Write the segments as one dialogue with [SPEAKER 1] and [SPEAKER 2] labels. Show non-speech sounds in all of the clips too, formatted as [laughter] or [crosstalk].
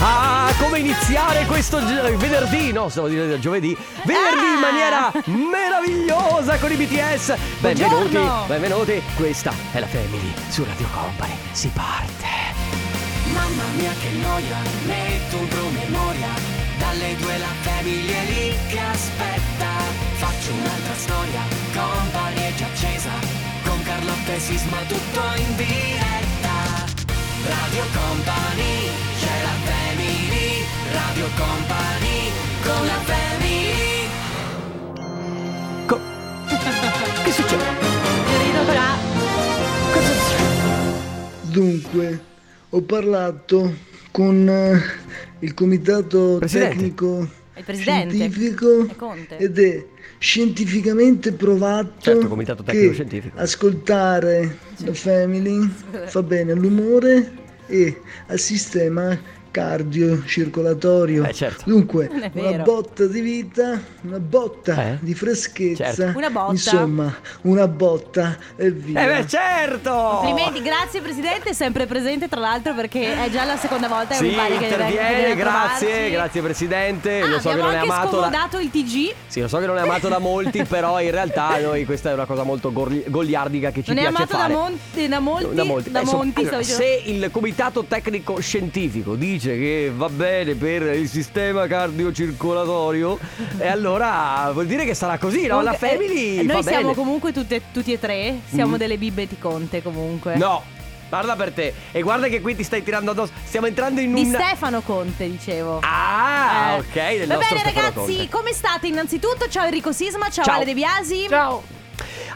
[SPEAKER 1] Ah, come iniziare questo gio- venerdì, no, stavo dire giovedì, venerdì
[SPEAKER 2] Ah!
[SPEAKER 1] in maniera meravigliosa con i BTS. Benvenuti,
[SPEAKER 2] Buongiorno.
[SPEAKER 1] benvenuti. Questa è la Family su Radio Company. Si parte.
[SPEAKER 3] Mamma mia che noia, metto un promemoria Dalle due la famiglia è lì che aspetta Faccio un'altra storia, company è già accesa Con Carlotta e Sisma tutto in diretta Radio Company, c'è la family Radio Company, con la family
[SPEAKER 1] Co- che succede?
[SPEAKER 2] Fiorino Bra.
[SPEAKER 1] Cosa succede?
[SPEAKER 4] Dunque, ho parlato con eh, il comitato
[SPEAKER 1] Presidente.
[SPEAKER 4] tecnico
[SPEAKER 2] Il presidente.
[SPEAKER 4] scientifico
[SPEAKER 2] È Conte.
[SPEAKER 4] ed è scientificamente provato
[SPEAKER 1] Certo, comitato tecnico
[SPEAKER 4] che
[SPEAKER 1] scientifico.
[SPEAKER 4] ascoltare la Family fa bene all'umore e al sistema cardiocircolatorio.
[SPEAKER 1] Eh, certo.
[SPEAKER 4] Dunque,
[SPEAKER 2] Non è
[SPEAKER 4] una
[SPEAKER 2] vero.
[SPEAKER 4] botta di vita, una botta
[SPEAKER 1] Eh?
[SPEAKER 4] di freschezza,
[SPEAKER 1] Certo.
[SPEAKER 2] Una botta.
[SPEAKER 4] insomma, una botta e via.
[SPEAKER 1] Eh beh, certo!
[SPEAKER 2] Complimenti, grazie Presidente, è sempre presente tra l'altro perché è già la seconda volta che
[SPEAKER 1] Sì,
[SPEAKER 2] mi pare che venga- che viene
[SPEAKER 1] interviene,
[SPEAKER 2] a
[SPEAKER 1] grazie,
[SPEAKER 2] trovarci.
[SPEAKER 1] grazie Presidente.
[SPEAKER 2] Ah,
[SPEAKER 1] lo so che
[SPEAKER 2] abbiamo
[SPEAKER 1] non è
[SPEAKER 2] anche
[SPEAKER 1] amato da-
[SPEAKER 2] scomodato il TG.
[SPEAKER 1] Sì, lo so che non è amato da
[SPEAKER 2] [laughs]
[SPEAKER 1] molti, però in realtà noi questa è una cosa molto gorli- goliardica che ci
[SPEAKER 2] Non è
[SPEAKER 1] piace
[SPEAKER 2] amato da,
[SPEAKER 1] fare.
[SPEAKER 2] Monti, da Monti, da
[SPEAKER 1] Da
[SPEAKER 2] Monti,
[SPEAKER 1] molti. Eh, insomma,
[SPEAKER 2] stavo
[SPEAKER 1] allora,
[SPEAKER 2] dicendo.
[SPEAKER 1] se il comitato tecnico scientifico dice che va bene per il sistema cardiocircolatorio, e allora vuol dire che sarà così, no? La
[SPEAKER 2] Comunque,
[SPEAKER 1] family
[SPEAKER 2] eh,
[SPEAKER 1] va
[SPEAKER 2] Noi siamo
[SPEAKER 1] bene. Mm.
[SPEAKER 2] comunque tutte- tutti e tre, siamo delle bibbe di Conte comunque.
[SPEAKER 1] No, parla per te. E guarda che qui ti stai tirando addosso. Stiamo entrando in
[SPEAKER 2] Di
[SPEAKER 1] un
[SPEAKER 2] Stefano Conte, dicevo.
[SPEAKER 1] Ah,
[SPEAKER 2] Eh.
[SPEAKER 1] ok, del
[SPEAKER 2] Va
[SPEAKER 1] nostro
[SPEAKER 2] bene
[SPEAKER 1] Stefano
[SPEAKER 2] ragazzi,
[SPEAKER 1] Conte.
[SPEAKER 2] come state innanzitutto? Ciao Enrico Sisma, ciao,
[SPEAKER 1] Ciao.
[SPEAKER 2] Ale De Biasi.
[SPEAKER 1] Ciao.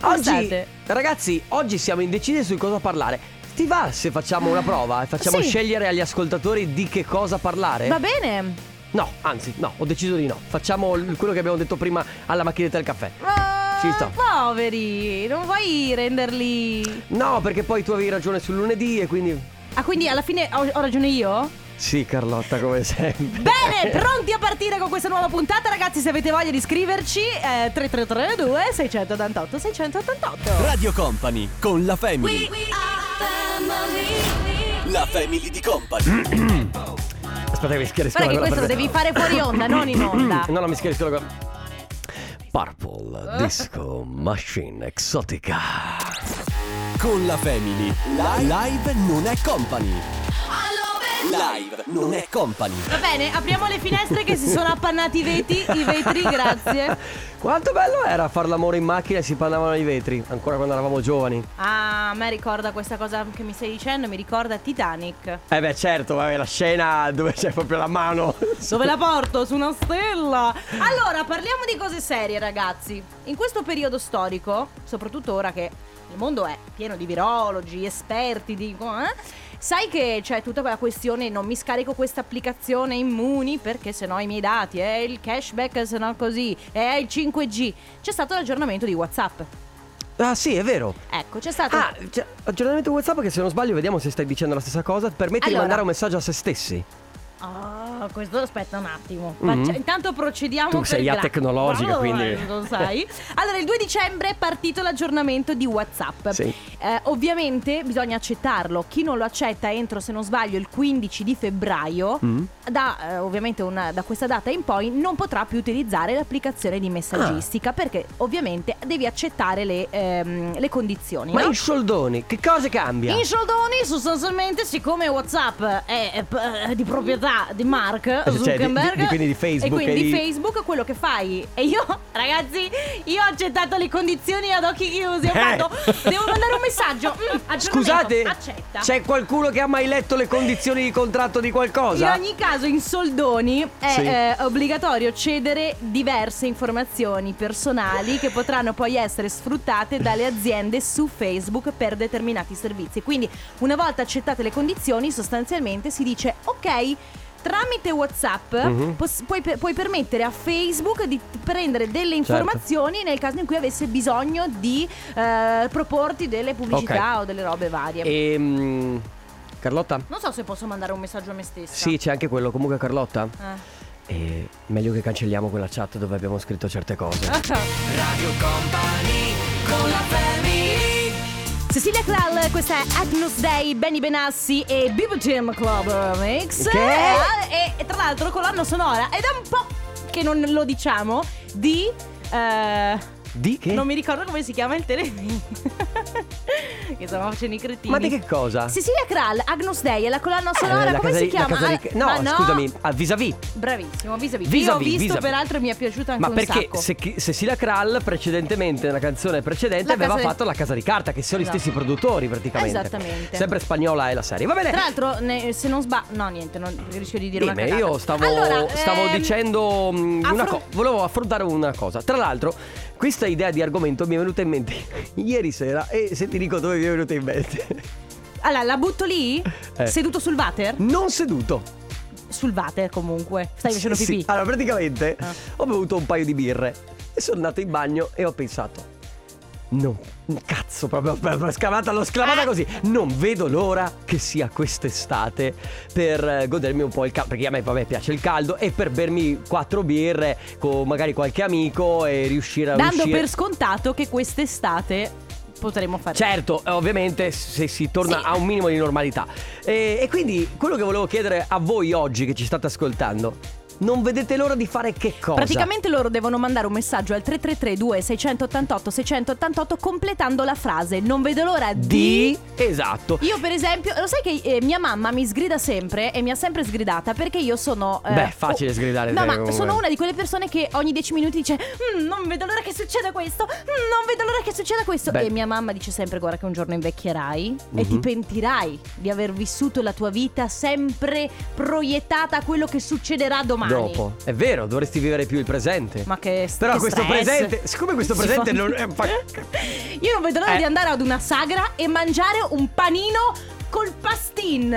[SPEAKER 2] Come
[SPEAKER 1] Oggi,
[SPEAKER 2] state?
[SPEAKER 1] ragazzi, oggi siamo indecisi su cosa parlare. Ti va se facciamo una prova e facciamo
[SPEAKER 2] Sì.
[SPEAKER 1] scegliere agli ascoltatori di che cosa parlare?
[SPEAKER 2] Va bene.
[SPEAKER 1] No, anzi, no, ho deciso di no. Facciamo l- quello che abbiamo detto prima alla macchinetta del caffè.
[SPEAKER 2] Ah,
[SPEAKER 1] Ci sto.
[SPEAKER 2] Poveri, non vuoi renderli...
[SPEAKER 1] No, perché poi tu avevi ragione sul lunedì e quindi.
[SPEAKER 2] Ah, quindi alla fine ho, ho ragione io?
[SPEAKER 1] [laughs] Sì, Carlotta, come sempre.
[SPEAKER 2] Bene, pronti a partire con questa nuova puntata, ragazzi. Se avete voglia di scriverci, eh, 3332 688 688.
[SPEAKER 5] Radio Company con la Family. La Family di Company.
[SPEAKER 1] Aspetta, che mi schiarisco
[SPEAKER 2] Guarda che
[SPEAKER 1] la gola
[SPEAKER 2] questo lo
[SPEAKER 1] per
[SPEAKER 2] devi
[SPEAKER 1] dentro.
[SPEAKER 2] fare fuori onda, non in
[SPEAKER 1] [coughs]
[SPEAKER 2] onda.
[SPEAKER 1] No, no, mi schiarisco la gola. Purple Disco Machine Exotica.
[SPEAKER 5] Con la Family. Live, live non è company. Live non è company.
[SPEAKER 2] Va bene, apriamo le finestre che si sono appannati i vetri, i vetri, grazie.
[SPEAKER 1] [laughs] Quanto bello era far l'amore in macchina e si parlavano ai vetri, ancora quando eravamo giovani.
[SPEAKER 2] Ah, a me ricorda questa cosa che mi stai dicendo, mi ricorda Titanic.
[SPEAKER 1] Eh beh, certo, vabbè, la scena dove c'è proprio la mano.
[SPEAKER 2] Dove la porto? Su una stella. Allora, parliamo di cose serie, ragazzi. In questo periodo storico, soprattutto ora che il mondo è pieno di virologi, esperti, dico, eh? Sai che c'è tutta quella questione non mi scarico questa applicazione immuni perché sennò i miei dati, è il cashback sennò così, è il 5G. C'è stato l'aggiornamento di WhatsApp.
[SPEAKER 1] Ah, sì, è vero.
[SPEAKER 2] Ecco, c'è stato
[SPEAKER 1] Ah, cioè, aggiornamento WhatsApp che se non sbaglio vediamo se stai dicendo la stessa cosa, permette di
[SPEAKER 2] Allora.
[SPEAKER 1] mandare un messaggio a se stessi.
[SPEAKER 2] Ah, questo aspetta un attimo.
[SPEAKER 1] Mhm.
[SPEAKER 2] Faccia- Intanto procediamo.
[SPEAKER 1] Tu
[SPEAKER 2] per
[SPEAKER 1] sei
[SPEAKER 2] gra-
[SPEAKER 1] atecnologica,
[SPEAKER 2] Bravo,
[SPEAKER 1] quindi-
[SPEAKER 2] eh,
[SPEAKER 1] [laughs]
[SPEAKER 2] Lo sai. Allora, il 2 dicembre è partito l'aggiornamento di WhatsApp.
[SPEAKER 1] Sì.
[SPEAKER 2] Eh, ovviamente bisogna accettarlo. Chi non lo accetta entro, se non sbaglio, il 15 di febbraio,
[SPEAKER 1] Mm-hmm.
[SPEAKER 2] da, eh, ovviamente una- da questa data in poi, non potrà più utilizzare l'applicazione di
[SPEAKER 1] Ah.
[SPEAKER 2] messaggistica perché ovviamente devi accettare le, ehm, le condizioni.
[SPEAKER 1] Ma
[SPEAKER 2] no?
[SPEAKER 1] in soldoni, che cosa cambia?
[SPEAKER 2] In soldoni, sostanzialmente, siccome WhatsApp è, eh, p- eh, di proprietà di Mark
[SPEAKER 1] Eh, cioè, di-
[SPEAKER 2] Zuckerberg,
[SPEAKER 1] di- quindi di Facebook
[SPEAKER 2] e quindi
[SPEAKER 1] e
[SPEAKER 2] di
[SPEAKER 1] di-
[SPEAKER 2] Facebook, quello che fai. E io, [laughs] ragazzi, io ho accettato le condizioni ad occhi chiusi. Ho
[SPEAKER 1] Eh.
[SPEAKER 2] fatto, devo mandare un messaggio. Mm, aggiornamento,
[SPEAKER 1] Scusate,
[SPEAKER 2] accetta.
[SPEAKER 1] c'è qualcuno che ha mai letto le condizioni di contratto di qualcosa?
[SPEAKER 2] In ogni caso, in soldoni è
[SPEAKER 1] Sì.
[SPEAKER 2] eh, obbligatorio cedere diverse informazioni personali che potranno poi essere sfruttate dalle aziende su Facebook per determinati servizi. Quindi, una volta accettate le condizioni, sostanzialmente si dice ok. Tramite WhatsApp
[SPEAKER 1] Mhm.
[SPEAKER 2] pos- puoi, per- puoi permettere a Facebook di t- prendere delle
[SPEAKER 1] Certo.
[SPEAKER 2] informazioni nel caso in cui avesse bisogno di eh, proporti delle pubblicità o delle robe varie.
[SPEAKER 1] Ehm, Carlotta?
[SPEAKER 2] Non so se posso mandare un messaggio a me stessa.
[SPEAKER 1] Sì, c'è anche quello. Comunque, Carlotta,
[SPEAKER 2] Eh.
[SPEAKER 1] eh, meglio che cancelliamo quella chat dove abbiamo scritto certe cose.
[SPEAKER 2] Eh?
[SPEAKER 3] Radio Company, con la family
[SPEAKER 2] Cecilia Clal, questa è Agnus Day, Benny Benassi e Bibo Jam Club Mix.
[SPEAKER 1] Che?
[SPEAKER 2] Eh, E e tra l'altro colonna sonora ed è un po' che non lo diciamo di eh,
[SPEAKER 1] Di che?
[SPEAKER 2] non mi ricordo come si chiama il telefilm [laughs] che stavamo facendo i cretini
[SPEAKER 1] Ma di che cosa?
[SPEAKER 2] Cecilia Kral Agnus Dei è la colonna sonora
[SPEAKER 1] Eh, la
[SPEAKER 2] come
[SPEAKER 1] casa
[SPEAKER 2] si
[SPEAKER 1] di- la
[SPEAKER 2] chiama
[SPEAKER 1] casa di-
[SPEAKER 2] Ah,
[SPEAKER 1] No,
[SPEAKER 2] ma
[SPEAKER 1] scusami, a vis-à-vis.
[SPEAKER 2] bravissimo vis-à-vis
[SPEAKER 1] Vis-à-vis,
[SPEAKER 2] io ho visto
[SPEAKER 1] vis-à-vis.
[SPEAKER 2] perché mi è piaciuto anche
[SPEAKER 1] Ma
[SPEAKER 2] un
[SPEAKER 1] perché
[SPEAKER 2] sacco
[SPEAKER 1] se, chi- Cecilia Krall precedentemente nella canzone precedente
[SPEAKER 2] La
[SPEAKER 1] aveva
[SPEAKER 2] casa di-
[SPEAKER 1] fatto La casa di carta che sono
[SPEAKER 2] Esatto.
[SPEAKER 1] gli stessi produttori praticamente.
[SPEAKER 2] Esattamente.
[SPEAKER 1] Sempre spagnola è la serie. Va bene.
[SPEAKER 2] Tra l'altro, ne- se non sbaglio, no, niente, non rischio di dire una
[SPEAKER 1] Dimmi,
[SPEAKER 2] cagata.
[SPEAKER 1] io stavo,
[SPEAKER 2] Allora,
[SPEAKER 1] stavo
[SPEAKER 2] ehm,
[SPEAKER 1] dicendo mm, una
[SPEAKER 2] affron-
[SPEAKER 1] cosa. Volevo affrontare una cosa. Tra l'altro, questa idea di argomento mi è venuta in mente [laughs] ieri sera. E se ti dico dove mi è venuta in mente,
[SPEAKER 2] Allora, la butto lì?
[SPEAKER 1] Eh.
[SPEAKER 2] Seduto sul water?
[SPEAKER 1] non seduto.
[SPEAKER 2] Sul water, comunque. Stai
[SPEAKER 1] Sì,
[SPEAKER 2] facendo
[SPEAKER 1] sì.
[SPEAKER 2] pipì.
[SPEAKER 1] Allora, praticamente
[SPEAKER 2] Ah.
[SPEAKER 1] ho bevuto un paio di birre e sono andato in bagno e ho pensato. No, cazzo, proprio proprio scavata, l'ho sclamata
[SPEAKER 2] Eh.
[SPEAKER 1] così. Non vedo l'ora che sia quest'estate per eh, godermi un po' il caldo. Perché a me vabbè, piace il caldo e per bermi quattro birre con magari qualche amico e riuscire a
[SPEAKER 2] Dando
[SPEAKER 1] uscire.
[SPEAKER 2] per scontato che quest'estate potremo fare.
[SPEAKER 1] Certo, eh, ovviamente se si torna
[SPEAKER 2] Sì.
[SPEAKER 1] a un minimo di normalità. E, e quindi quello che volevo chiedere a voi oggi che ci state ascoltando, non vedete l'ora di fare che cosa?
[SPEAKER 2] Praticamente loro devono mandare un messaggio al 333 688 688 completando la frase Non vedo l'ora
[SPEAKER 1] di... Esatto.
[SPEAKER 2] Io per esempio, lo sai che eh, mia mamma mi sgrida sempre e mi ha sempre sgridata perché io sono... eh,
[SPEAKER 1] Beh, facile sgridare
[SPEAKER 2] No,
[SPEAKER 1] te,
[SPEAKER 2] ma
[SPEAKER 1] comunque.
[SPEAKER 2] sono una di quelle persone che ogni 10 minuti dice "Mm, non vedo l'ora che succeda questo, Mm, non vedo l'ora che succeda questo.
[SPEAKER 1] Beh.
[SPEAKER 2] E mia mamma dice sempre guarda che un giorno invecchierai e
[SPEAKER 1] Mhm.
[SPEAKER 2] ti pentirai di aver vissuto la tua vita sempre proiettata a quello che succederà domani.
[SPEAKER 1] Dopo. È vero, dovresti vivere più il presente.
[SPEAKER 2] Ma che
[SPEAKER 1] Però
[SPEAKER 2] che
[SPEAKER 1] questo
[SPEAKER 2] stress.
[SPEAKER 1] presente- siccome questo
[SPEAKER 2] Si
[SPEAKER 1] presente
[SPEAKER 2] fa-
[SPEAKER 1] non- eh, fa-
[SPEAKER 2] [laughs] Io non vedo l'ora
[SPEAKER 1] Eh.
[SPEAKER 2] di andare ad una sagra e mangiare un panino col pastin.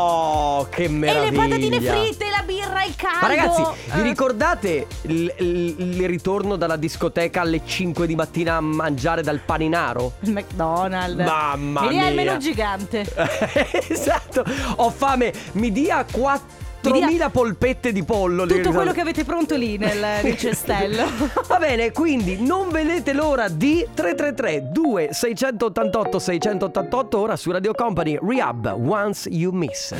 [SPEAKER 1] Oh, che meraviglia.
[SPEAKER 2] E le patatine fritte, la birra, il caldo.
[SPEAKER 1] Ma ragazzi, vi
[SPEAKER 2] Eh.
[SPEAKER 1] ricordate il, il- il ritorno dalla discoteca alle 5 di mattina a mangiare dal paninaro? [laughs]
[SPEAKER 2] Il McDonald's.
[SPEAKER 1] Mamma
[SPEAKER 2] E lì è il
[SPEAKER 1] mia.
[SPEAKER 2] menù gigante.
[SPEAKER 1] esatto, ho fame, mi dia 4.000
[SPEAKER 2] Mi dia
[SPEAKER 1] polpette di pollo. le
[SPEAKER 2] Tutto quello
[SPEAKER 1] risate.
[SPEAKER 2] che avete pronto lì
[SPEAKER 1] [laughs]
[SPEAKER 2] nel, nel cestello.
[SPEAKER 1] Va bene, quindi non vedete l'ora di 333 2688 688 ora su Radio Company Rehab Once You Miss.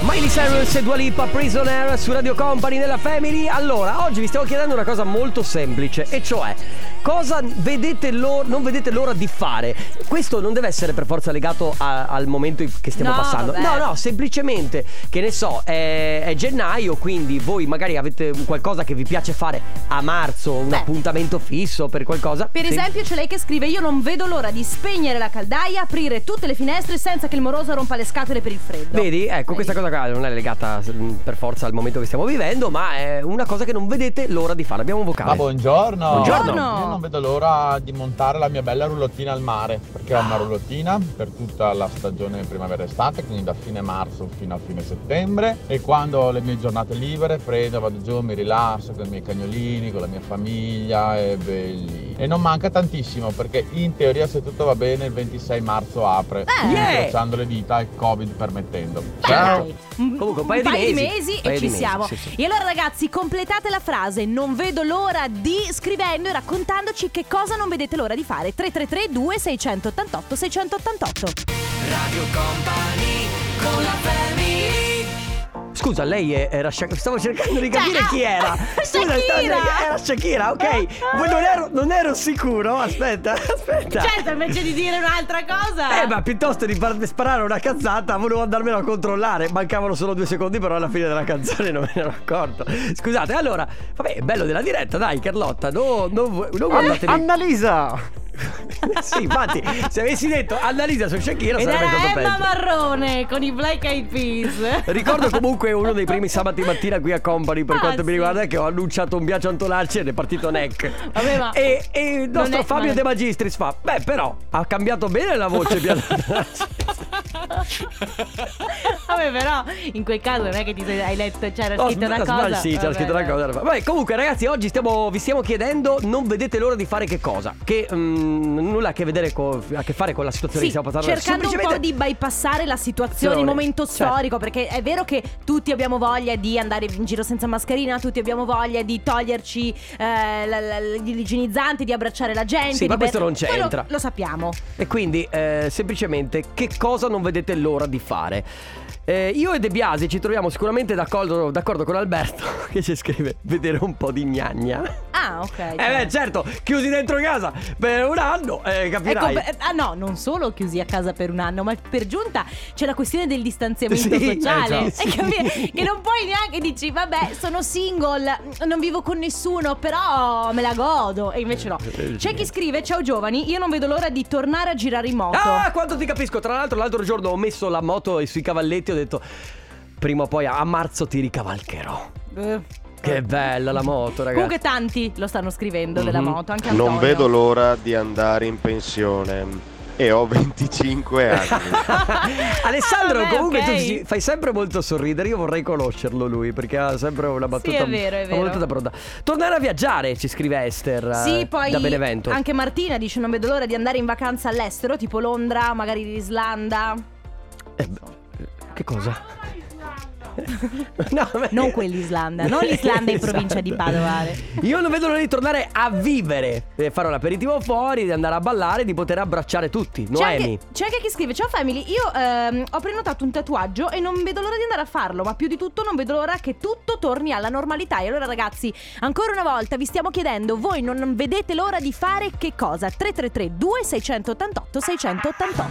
[SPEAKER 1] Miley Cyrus e Dua Lipa Prisoner su Radio Company nella Family. Allora, oggi vi stiamo chiedendo una cosa molto semplice, e cioè cosa vedete l'or- non vedete l'ora di fare. Questo non deve essere per forza legato a- al momento in- che stiamo
[SPEAKER 2] No,
[SPEAKER 1] passando.
[SPEAKER 2] vabbè.
[SPEAKER 1] No, no, semplicemente, che ne so, è, è gennaio, quindi voi magari avete un qualcosa che vi piace fare a marzo, un
[SPEAKER 2] Beh.
[SPEAKER 1] appuntamento fisso per qualcosa.
[SPEAKER 2] Per
[SPEAKER 1] Sì.
[SPEAKER 2] esempio, c'è lei che scrive: Io non vedo l'ora di spegnere la caldaia, aprire tutte le finestre senza che il moroso rompa le scatole per il freddo.
[SPEAKER 1] Vedi, ecco, questa cosa qua non è legata mm, per forza al momento che stiamo vivendo, ma è una cosa che non vedete l'ora di fare. Abbiamo un vocale.
[SPEAKER 6] Ma Ah, buongiorno.
[SPEAKER 1] Buongiorno.
[SPEAKER 6] Io non vedo l'ora di montare la mia bella rullottina al mare, perché ho una
[SPEAKER 1] Ah.
[SPEAKER 6] rullottina per tutta la stagione primavera-estate, quindi da fine marzo fino a fine settembre e quando ho le mie giornate libere prendo, vado giù, mi rilasso con i miei cagnolini, con la mia famiglia, è bellissimo. E non manca tantissimo perché in teoria se tutto va bene il 26 marzo apre, quindi
[SPEAKER 1] Yeah.
[SPEAKER 6] incrociando le dita e Covid permettendo.
[SPEAKER 2] Beh,
[SPEAKER 6] Ciao!
[SPEAKER 2] dai. Un-
[SPEAKER 1] Certo. Comunque, un paio di mesi.
[SPEAKER 2] e
[SPEAKER 1] Paio
[SPEAKER 2] ci
[SPEAKER 1] di mesi,
[SPEAKER 2] siamo.
[SPEAKER 1] sì, sì.
[SPEAKER 2] E allora, ragazzi, completate la frase: Non vedo l'ora di scrivendo e raccontandoci che cosa non vedete l'ora di fare. 333 2688 688
[SPEAKER 1] Scusa, lei è- era Shakira. Stavo cercando di capire
[SPEAKER 2] Cioè,
[SPEAKER 1] chi
[SPEAKER 2] [laughs]
[SPEAKER 1] era. Scusa,
[SPEAKER 2] Shakira!
[SPEAKER 1] stavo cercando- Era Shakira, ok. Poi non ero, non ero sicuro. Aspetta, [laughs] aspetta.
[SPEAKER 2] Certo, invece di dire un'altra cosa.
[SPEAKER 1] Eh, ma piuttosto di far- sparare una cazzata, volevo andarmelo a controllare. Mancavano solo due secondi, però alla fine della canzone non me ne ero accorto. Scusate, allora, vabbè, è bello della diretta, dai, Carlotta. No, non, vu- non guardatevi.
[SPEAKER 7] Annalisa!
[SPEAKER 1] [laughs] sì, infatti, se avessi detto Annalisa su Shakira
[SPEAKER 2] Ed
[SPEAKER 1] sarebbe
[SPEAKER 2] era
[SPEAKER 1] stato
[SPEAKER 2] Emma
[SPEAKER 1] peggio.
[SPEAKER 2] Marrone con i Black Eyed Peas.
[SPEAKER 1] Ricordo comunque uno dei primi sabati mattina qui a Company per
[SPEAKER 2] Ah,
[SPEAKER 1] quanto mi
[SPEAKER 2] sì.
[SPEAKER 1] riguarda che ho annunciato un viaggio Antonacci ed è partito Neck.
[SPEAKER 2] Vabbè, ma-
[SPEAKER 1] e, e il
[SPEAKER 2] Non
[SPEAKER 1] nostro
[SPEAKER 2] è-
[SPEAKER 1] Fabio
[SPEAKER 2] ma-
[SPEAKER 1] De Magistris fa, beh però ha cambiato bene la
[SPEAKER 2] [laughs]
[SPEAKER 1] voce Piano
[SPEAKER 2] [laughs] Vabbè, però in quel caso non è che ti sei, hai letto, c'era
[SPEAKER 1] Ho
[SPEAKER 2] scritto
[SPEAKER 1] sm-
[SPEAKER 2] una cosa.
[SPEAKER 1] Sì, c'era
[SPEAKER 2] Vabbè,
[SPEAKER 1] scritto una
[SPEAKER 2] vabbè.
[SPEAKER 1] cosa. Vabbè, comunque ragazzi oggi stiamo- vi stiamo chiedendo non vedete l'ora di fare che cosa? Che mm, n- nulla a che, vedere co- a che fare con la situazione
[SPEAKER 2] Sì,
[SPEAKER 1] che stiamo parlando.
[SPEAKER 2] cercando un po'
[SPEAKER 1] Semplicemente-
[SPEAKER 2] di bypassare la situazione, il
[SPEAKER 1] Situazione,
[SPEAKER 2] momento
[SPEAKER 1] certo.
[SPEAKER 2] storico, perché è vero che tutti abbiamo voglia di andare in giro senza mascherina, tutti abbiamo voglia di toglierci eh, la- la- gli igienizzanti, di abbracciare la gente.
[SPEAKER 1] Sì, ma
[SPEAKER 2] di be-
[SPEAKER 1] questo non
[SPEAKER 2] Quello
[SPEAKER 1] c'entra.
[SPEAKER 2] Lo sappiamo.
[SPEAKER 1] E quindi eh, semplicemente che cosa non vedete l'ora di fare? Eh, io e De Biasi ci troviamo sicuramente d'accordo, d'accordo con Alberto [laughs] che ci scrive vedere un po' di gnagna.
[SPEAKER 2] Ah, ok.
[SPEAKER 1] Eh beh certo, chiusi dentro casa per un anno, eh,
[SPEAKER 2] Ecco,
[SPEAKER 1] capirai.
[SPEAKER 2] beh, ah no, non solo chiusi a casa per un anno, ma per giunta c'è la questione del distanziamento
[SPEAKER 1] Sì,
[SPEAKER 2] [laughs] sociale.
[SPEAKER 1] eh, già.
[SPEAKER 2] Eh, capi-
[SPEAKER 1] Sì.
[SPEAKER 2] Che non puoi neanche dici, vabbè, sono single, non vivo con nessuno, però me la godo. E invece no.
[SPEAKER 1] Eh,
[SPEAKER 2] C'è chi scrive, ciao giovani, io non vedo l'ora di tornare a girare in moto.
[SPEAKER 1] Ah, quanto ti capisco. Tra l'altro, l'altro giorno ho messo la moto e sui cavalletti ho detto. Prima o poi a marzo ti ricavalcherò.
[SPEAKER 2] Eh.
[SPEAKER 1] Che bella la moto, ragazzi.
[SPEAKER 2] Comunque tanti lo stanno scrivendo della
[SPEAKER 1] Mhm.
[SPEAKER 2] moto, anche Antonio.
[SPEAKER 7] Non vedo l'ora di andare in pensione e ho 25 anni.
[SPEAKER 1] [laughs] Alessandro,
[SPEAKER 2] Ah, vabbè,
[SPEAKER 1] comunque
[SPEAKER 2] ok.
[SPEAKER 1] tu ci fai sempre molto sorridere. Io vorrei conoscerlo lui perché ha sempre una battuta.
[SPEAKER 2] è vero, è
[SPEAKER 1] una
[SPEAKER 2] vero.
[SPEAKER 1] battuta pronta. Tornare a viaggiare, ci scrive Esther. eh,
[SPEAKER 2] Sì, poi
[SPEAKER 1] Da Benevento.
[SPEAKER 2] anche Martina dice non vedo l'ora di andare in vacanza all'estero, tipo Londra, magari l'Islanda.
[SPEAKER 1] Eh, beh, che cosa?
[SPEAKER 2] [laughs]
[SPEAKER 1] No, beh-
[SPEAKER 2] Non
[SPEAKER 1] [laughs]
[SPEAKER 2] quell'Islanda, non l'Islanda in provincia di Padova.
[SPEAKER 1] Io non vedo l'ora di tornare a vivere, di fare un aperitivo fuori, di andare a ballare, di poter abbracciare tutti.
[SPEAKER 2] C'è
[SPEAKER 1] Noemi.
[SPEAKER 2] anche, c'è anche chi scrive: Ciao family, io ehm, ho prenotato un tatuaggio e non vedo l'ora di andare a farlo, ma più di tutto non vedo l'ora che tutto torni alla normalità. E allora, ragazzi, ancora una volta vi stiamo chiedendo: voi non vedete l'ora di fare che cosa? 333 2688 688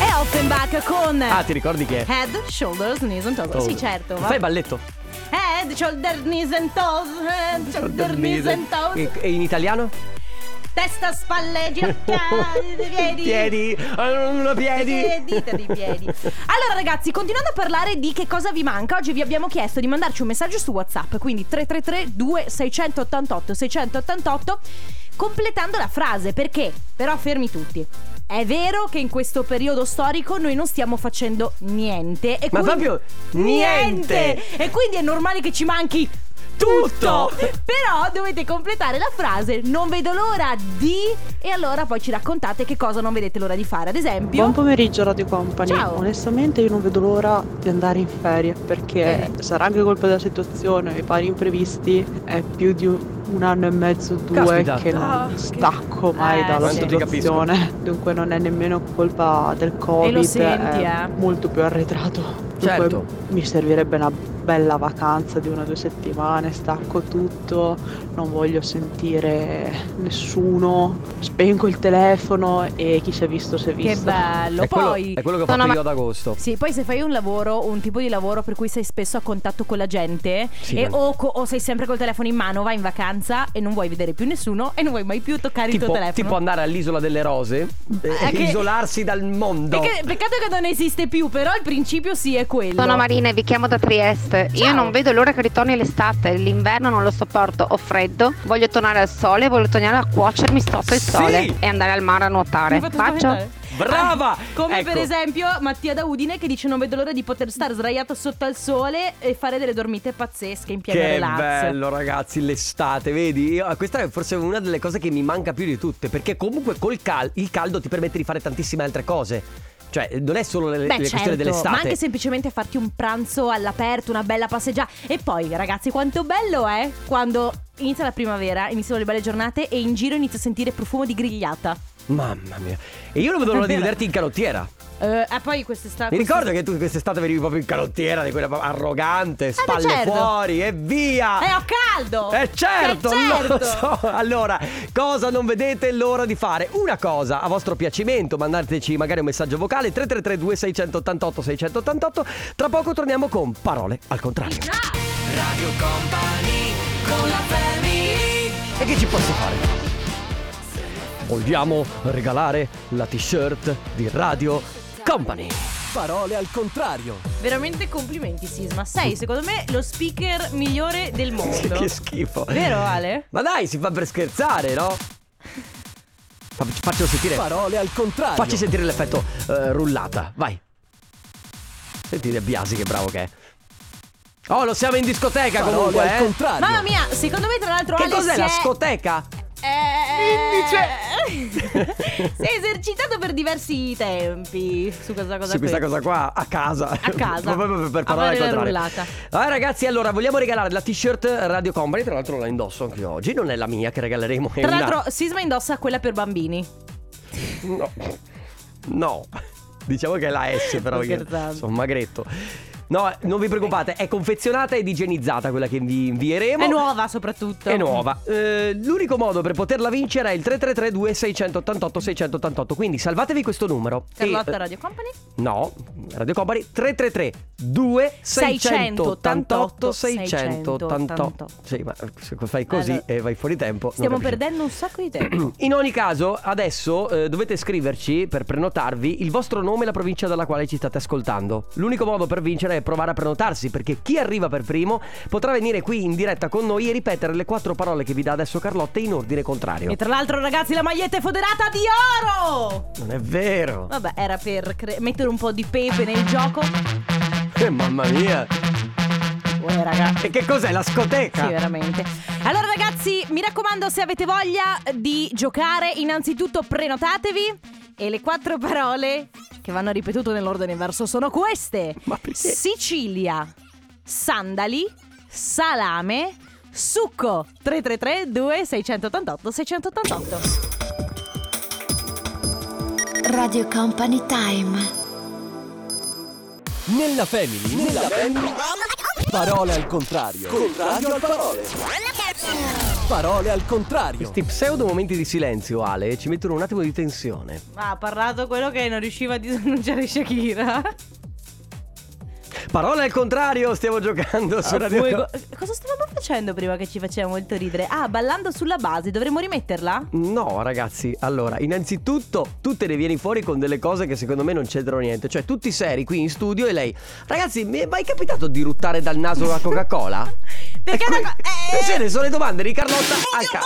[SPEAKER 2] E Offenbach con
[SPEAKER 1] Ah, ti ricordi che?
[SPEAKER 2] Head, Shoulders, Knees and Toes. Sì, certo. va.
[SPEAKER 1] Fai balletto.
[SPEAKER 2] Head, Shoulder, Knees and Toes. Head, Shoulder, Knees and Toes.
[SPEAKER 1] E e in italiano?
[SPEAKER 2] Testa, spalle, ginocchia,
[SPEAKER 1] [laughs]
[SPEAKER 2] piedi.
[SPEAKER 1] Piedi. eh, Piedi.
[SPEAKER 2] Eh, dita dei piedi. Allora ragazzi, continuando a parlare di che cosa vi manca, oggi vi abbiamo chiesto di mandarci un messaggio su WhatsApp, quindi 333 2688 688 completando la frase, perché però fermi tutti. È vero che in questo periodo storico noi non stiamo facendo niente e
[SPEAKER 1] Ma
[SPEAKER 2] quindi-
[SPEAKER 1] proprio niente.
[SPEAKER 2] E quindi è normale che ci manchi tutto.
[SPEAKER 1] Tutto.
[SPEAKER 2] Però dovete completare la frase non vedo l'ora di e allora poi ci raccontate che cosa non vedete l'ora di fare. Ad esempio,
[SPEAKER 8] Buon pomeriggio Radio Company.
[SPEAKER 2] Ciao.
[SPEAKER 8] Onestamente io non vedo l'ora di andare in ferie perché
[SPEAKER 2] Eh.
[SPEAKER 8] sarà anche colpa della situazione, i pari imprevisti è più di un anno e mezzo, due
[SPEAKER 1] Caspita.
[SPEAKER 8] che non
[SPEAKER 2] Ah, che-
[SPEAKER 8] stacco mai
[SPEAKER 2] Eh,
[SPEAKER 8] dalla
[SPEAKER 2] sì.
[SPEAKER 1] Quanto ti capisco.
[SPEAKER 8] situazione. Dunque non è nemmeno colpa del Covid,
[SPEAKER 2] senti,
[SPEAKER 8] è
[SPEAKER 2] eh.
[SPEAKER 8] molto più arretrato. Dunque
[SPEAKER 1] Certo.
[SPEAKER 8] mi servirebbe una bella vacanza di una o due settimane, stacco tutto, non voglio sentire nessuno, spengo il telefono e chi si è visto si è visto.
[SPEAKER 2] che bello.
[SPEAKER 1] È quello,
[SPEAKER 2] poi
[SPEAKER 1] è quello che ho fatto io ad agosto.
[SPEAKER 2] Sì, poi se fai un lavoro, un tipo di lavoro per cui sei spesso a contatto con la gente
[SPEAKER 1] Sì,
[SPEAKER 2] e
[SPEAKER 1] ma-
[SPEAKER 2] o, co- o sei sempre col telefono in mano, vai in vacanza e non vuoi vedere più nessuno e non vuoi mai più toccare il tuo
[SPEAKER 1] Tipo,
[SPEAKER 2] telefono.
[SPEAKER 1] tipo andare all'isola delle rose e
[SPEAKER 2] Eh, che-
[SPEAKER 1] isolarsi dal mondo.
[SPEAKER 2] Perché- peccato che non esiste più, però il principio sì è quello.
[SPEAKER 9] Sono Marina e vi chiamo da Trieste.
[SPEAKER 2] Ciao.
[SPEAKER 9] Io non vedo l'ora che ritorni l'estate, l'inverno non lo sopporto, ho freddo, voglio tornare al sole, voglio tornare a cuocermi sotto il
[SPEAKER 1] Sì.
[SPEAKER 9] sole e andare al mare a
[SPEAKER 2] Mi
[SPEAKER 9] nuotare.
[SPEAKER 2] hai fatto
[SPEAKER 9] Bacio.
[SPEAKER 2] spaventare.
[SPEAKER 1] Brava!
[SPEAKER 2] Ah, Come
[SPEAKER 1] Ecco.
[SPEAKER 2] per esempio Mattia da Udine che dice non vedo l'ora di poter stare sdraiato sotto al sole e fare delle dormite pazzesche in piena
[SPEAKER 1] Che
[SPEAKER 2] relax.
[SPEAKER 1] bello ragazzi l'estate, vedi? Io- ah, questa è forse una delle cose che mi manca più di tutte, perché comunque col cal- il caldo ti permette di fare tantissime altre cose. Cioè, non è solo le, le
[SPEAKER 2] Beh,
[SPEAKER 1] questioni
[SPEAKER 2] certo,
[SPEAKER 1] dell'estate.
[SPEAKER 2] ma anche semplicemente farti un pranzo all'aperto, una bella passeggiata. E poi, ragazzi, quanto bello è quando inizia la primavera, iniziano le belle giornate e in giro inizio a sentire profumo di grigliata.
[SPEAKER 1] Mamma mia. E io non vedo
[SPEAKER 2] [laughs]
[SPEAKER 1] l'ora di vederti in canottiera.
[SPEAKER 2] Eh, e poi quest'estate.
[SPEAKER 1] Mi ricordo che tu quest'estate venivi proprio in canottiera, di quella arrogante, spalle
[SPEAKER 2] certo.
[SPEAKER 1] fuori e via.
[SPEAKER 2] Eh, ho caldo!
[SPEAKER 1] Eh certo,
[SPEAKER 2] Eh, certo!
[SPEAKER 1] non lo so. Allora, cosa non vedete l'ora di fare? Una cosa, a vostro piacimento, mandateci magari un messaggio vocale 333 2688 688. Tra poco torniamo con parole al contrario.
[SPEAKER 3] Radio Company con la family
[SPEAKER 1] E che ci posso fare? Vogliamo regalare la t-shirt di Radio Company.
[SPEAKER 5] Parole al contrario.
[SPEAKER 2] Veramente complimenti, Sisma. Sei, secondo me, lo speaker migliore del mondo.
[SPEAKER 1] Che schifo.
[SPEAKER 2] Vero, Ale?
[SPEAKER 1] Ma dai, si fa per scherzare, no? Fa- Faccelo sentire.
[SPEAKER 5] Parole al contrario.
[SPEAKER 1] Facci sentire l'effetto eh, rullata, vai. Senti De Biasi che bravo che è. Oh, lo siamo in discoteca
[SPEAKER 5] Parole
[SPEAKER 1] comunque,
[SPEAKER 5] al
[SPEAKER 1] eh.
[SPEAKER 5] contrario.
[SPEAKER 2] Mamma mia, secondo me tra l'altro
[SPEAKER 1] Che
[SPEAKER 2] Alex
[SPEAKER 1] cos'è la
[SPEAKER 2] è-
[SPEAKER 1] scoteca?
[SPEAKER 2] Eh, [laughs] si è esercitato per diversi tempi su questa cosa
[SPEAKER 1] Su questa
[SPEAKER 2] qui.
[SPEAKER 1] cosa qua a casa.
[SPEAKER 2] A
[SPEAKER 1] [laughs]
[SPEAKER 2] casa.
[SPEAKER 1] Proprio per, per parlare
[SPEAKER 2] A fare la
[SPEAKER 1] al contrario.
[SPEAKER 2] rullata.
[SPEAKER 1] Allora, ragazzi, allora vogliamo regalare la t-shirt Radio Company. Tra l'altro la indosso anche oggi. Non è la mia che regaleremo. È
[SPEAKER 2] Tra
[SPEAKER 1] una-
[SPEAKER 2] l'altro Sisma indossa quella per bambini.
[SPEAKER 1] No. No. [laughs] Diciamo che è la S, però.
[SPEAKER 2] Sto
[SPEAKER 1] io
[SPEAKER 2] scherzando.
[SPEAKER 1] sono magretto. No, non vi preoccupate, è confezionata ed igienizzata quella che vi invieremo.
[SPEAKER 2] È nuova soprattutto.
[SPEAKER 1] È nuova. Eh, l'unico modo per poterla vincere è il 3332 688 688. Quindi salvatevi questo numero.
[SPEAKER 2] Carlotta
[SPEAKER 1] E-
[SPEAKER 2] Radio Company.
[SPEAKER 1] No, Radio Company 333 2 688 688. Sì, ma se fai così
[SPEAKER 2] Allora,
[SPEAKER 1] e vai fuori tempo. non
[SPEAKER 2] Stiamo
[SPEAKER 1] capisci.
[SPEAKER 2] perdendo un sacco
[SPEAKER 1] [clears throat]
[SPEAKER 2] di tempo.
[SPEAKER 1] In ogni caso, adesso eh, dovete scriverci per prenotarvi il vostro nome e la provincia dalla quale ci state ascoltando. L'unico modo per vincere è provare a prenotarsi, perché chi arriva per primo potrà venire qui in diretta con noi e ripetere le quattro parole che vi dà adesso Carlotta in ordine contrario.
[SPEAKER 2] e tra l'altro ragazzi la maglietta è foderata di oro!
[SPEAKER 1] Non è vero!
[SPEAKER 2] Vabbè, era per cre- mettere un po' di pepe nel gioco.
[SPEAKER 1] Eh, mamma mia!
[SPEAKER 2] Eh, raga.
[SPEAKER 1] E che cos'è la scoteca?
[SPEAKER 2] Sì, veramente. Allora, ragazzi, mi raccomando, se avete voglia di giocare, innanzitutto prenotatevi. E le quattro parole che vanno ripetute nell'ordine inverso sono queste:
[SPEAKER 1] Ma perché?
[SPEAKER 2] Sicilia, sandali, salame, succo 333 2688 688.
[SPEAKER 10] Radio Company Time.
[SPEAKER 5] Nella family, nella family. Parole al contrario. Contrario al parole. Parole al contrario.
[SPEAKER 1] Questi pseudo momenti di silenzio, Ale, ci mettono un attimo di tensione.
[SPEAKER 2] Ma ha parlato quello che [laughs] non riusciva a disannunciare Shakira.
[SPEAKER 1] Parole al contrario, stiamo giocando su Radio
[SPEAKER 2] Fuego. Cosa stavamo facendo prima che ci faceva molto ridere? Ah, ballando sulla base, dovremmo rimetterla?
[SPEAKER 1] No, ragazzi, allora, innanzitutto tu te ne vieni fuori con delle cose che secondo me non c'entrano niente. Cioè, tutti seri qui in studio e lei, ragazzi, mi è mai capitato di ruttare dal naso la Coca-Cola?
[SPEAKER 2] [laughs] Perché
[SPEAKER 1] E
[SPEAKER 2] una
[SPEAKER 1] que-
[SPEAKER 2] co- eh-
[SPEAKER 1] queste ne sono le domande di Carlotta al ca-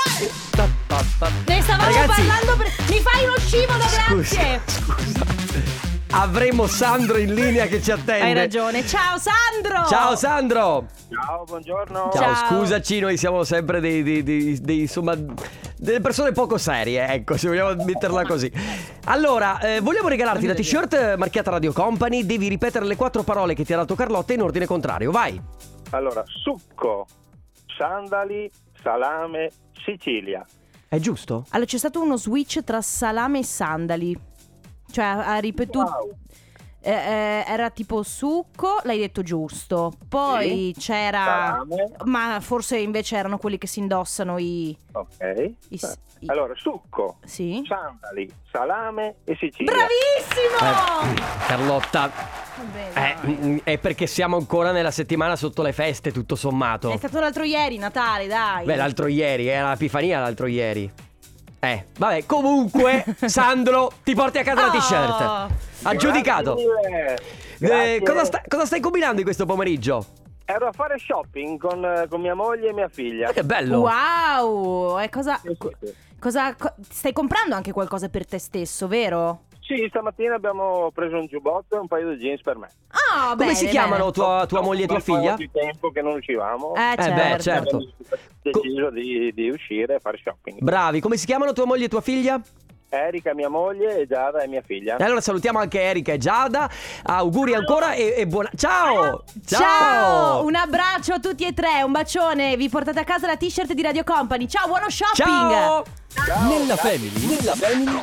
[SPEAKER 1] Ta- ta- ta-
[SPEAKER 2] Ne stavamo
[SPEAKER 1] Ragazzi,
[SPEAKER 2] parlando per... Mi fai uno scivolo,
[SPEAKER 1] scusa,
[SPEAKER 2] grazie!
[SPEAKER 1] scusa. Avremo Sandro in linea che ci attende.
[SPEAKER 2] Hai ragione. Ciao Sandro!
[SPEAKER 1] Ciao Sandro!
[SPEAKER 6] Ciao, buongiorno.
[SPEAKER 1] Ciao,
[SPEAKER 2] Ciao.
[SPEAKER 1] scusaci, noi siamo sempre dei, dei- dei- dei, insomma, delle persone poco serie, ecco, se vogliamo metterla così. Allora, eh, vogliamo regalarti la t-shirt marchiata Radio Company, devi ripetere le quattro parole che ti ha dato Carlotta in ordine contrario, vai.
[SPEAKER 11] [laughs] Allora, succo, sandali, salame, Sicilia.
[SPEAKER 1] È giusto?
[SPEAKER 2] Allora, c'è stato uno switch tra salame e sandali. Cioè, ha ripetuto...
[SPEAKER 11] Ah,
[SPEAKER 2] Eh, eh, era tipo succo, l'hai detto giusto. Poi c'era...
[SPEAKER 11] Salame.
[SPEAKER 2] Ma forse invece erano quelli che si indossano i...
[SPEAKER 11] Ok.
[SPEAKER 2] i- s- i-
[SPEAKER 11] Allora, succo,
[SPEAKER 2] Sì.
[SPEAKER 11] sandali, salame e Sicilia.
[SPEAKER 2] Bravissimo!
[SPEAKER 1] Eh, Carlotta,
[SPEAKER 2] Vabbè,
[SPEAKER 1] eh,
[SPEAKER 2] dai.
[SPEAKER 1] mm, è perché siamo ancora nella settimana sotto le feste, tutto
[SPEAKER 2] È
[SPEAKER 1] sommato.
[SPEAKER 2] stato l'altro ieri, Natale, dai.
[SPEAKER 1] Beh, l'altro ieri, era l'Epifania l'altro ieri. Eh, vabbè, comunque, Sandro, ti porti a casa la
[SPEAKER 2] Oh.
[SPEAKER 1] t-shirt. Aggiudicato.
[SPEAKER 11] Grazie mille.
[SPEAKER 1] Eh,
[SPEAKER 11] Grazie.
[SPEAKER 1] cosa, sta- cosa stai combinando in questo pomeriggio?
[SPEAKER 11] Ero a fare shopping con, con mia moglie e mia figlia.
[SPEAKER 1] Ma che bello!
[SPEAKER 2] Wow! E cosa,
[SPEAKER 11] Sì,
[SPEAKER 2] co-
[SPEAKER 11] sì.
[SPEAKER 2] cosa- co- stai comprando anche qualcosa per te stesso, vero?
[SPEAKER 11] Sì, stamattina abbiamo preso un giubbotto e un paio di jeans per me.
[SPEAKER 2] Ah,
[SPEAKER 1] Come
[SPEAKER 2] bene,
[SPEAKER 1] si chiamano
[SPEAKER 2] bene.
[SPEAKER 1] tua, tua moglie e tua
[SPEAKER 11] Un po'
[SPEAKER 1] figlia?
[SPEAKER 11] di tempo che non uscivamo.
[SPEAKER 2] Eh,
[SPEAKER 1] beh,
[SPEAKER 2] certo.
[SPEAKER 1] certo.
[SPEAKER 11] Abbiamo deciso di, di uscire e fare shopping.
[SPEAKER 1] Bravi, come si chiamano tua moglie e tua figlia?
[SPEAKER 11] Erika, mia moglie, e Giada è mia figlia.
[SPEAKER 1] E allora salutiamo anche Erika e Giada. Auguri ancora e, e buona. Ciao!
[SPEAKER 2] Ciao! Un abbraccio a tutti e tre, un bacione. Vi portate a casa la t-shirt di Radio Company. Ciao, buono shopping!
[SPEAKER 1] Ciao!
[SPEAKER 5] Nella family, nella family.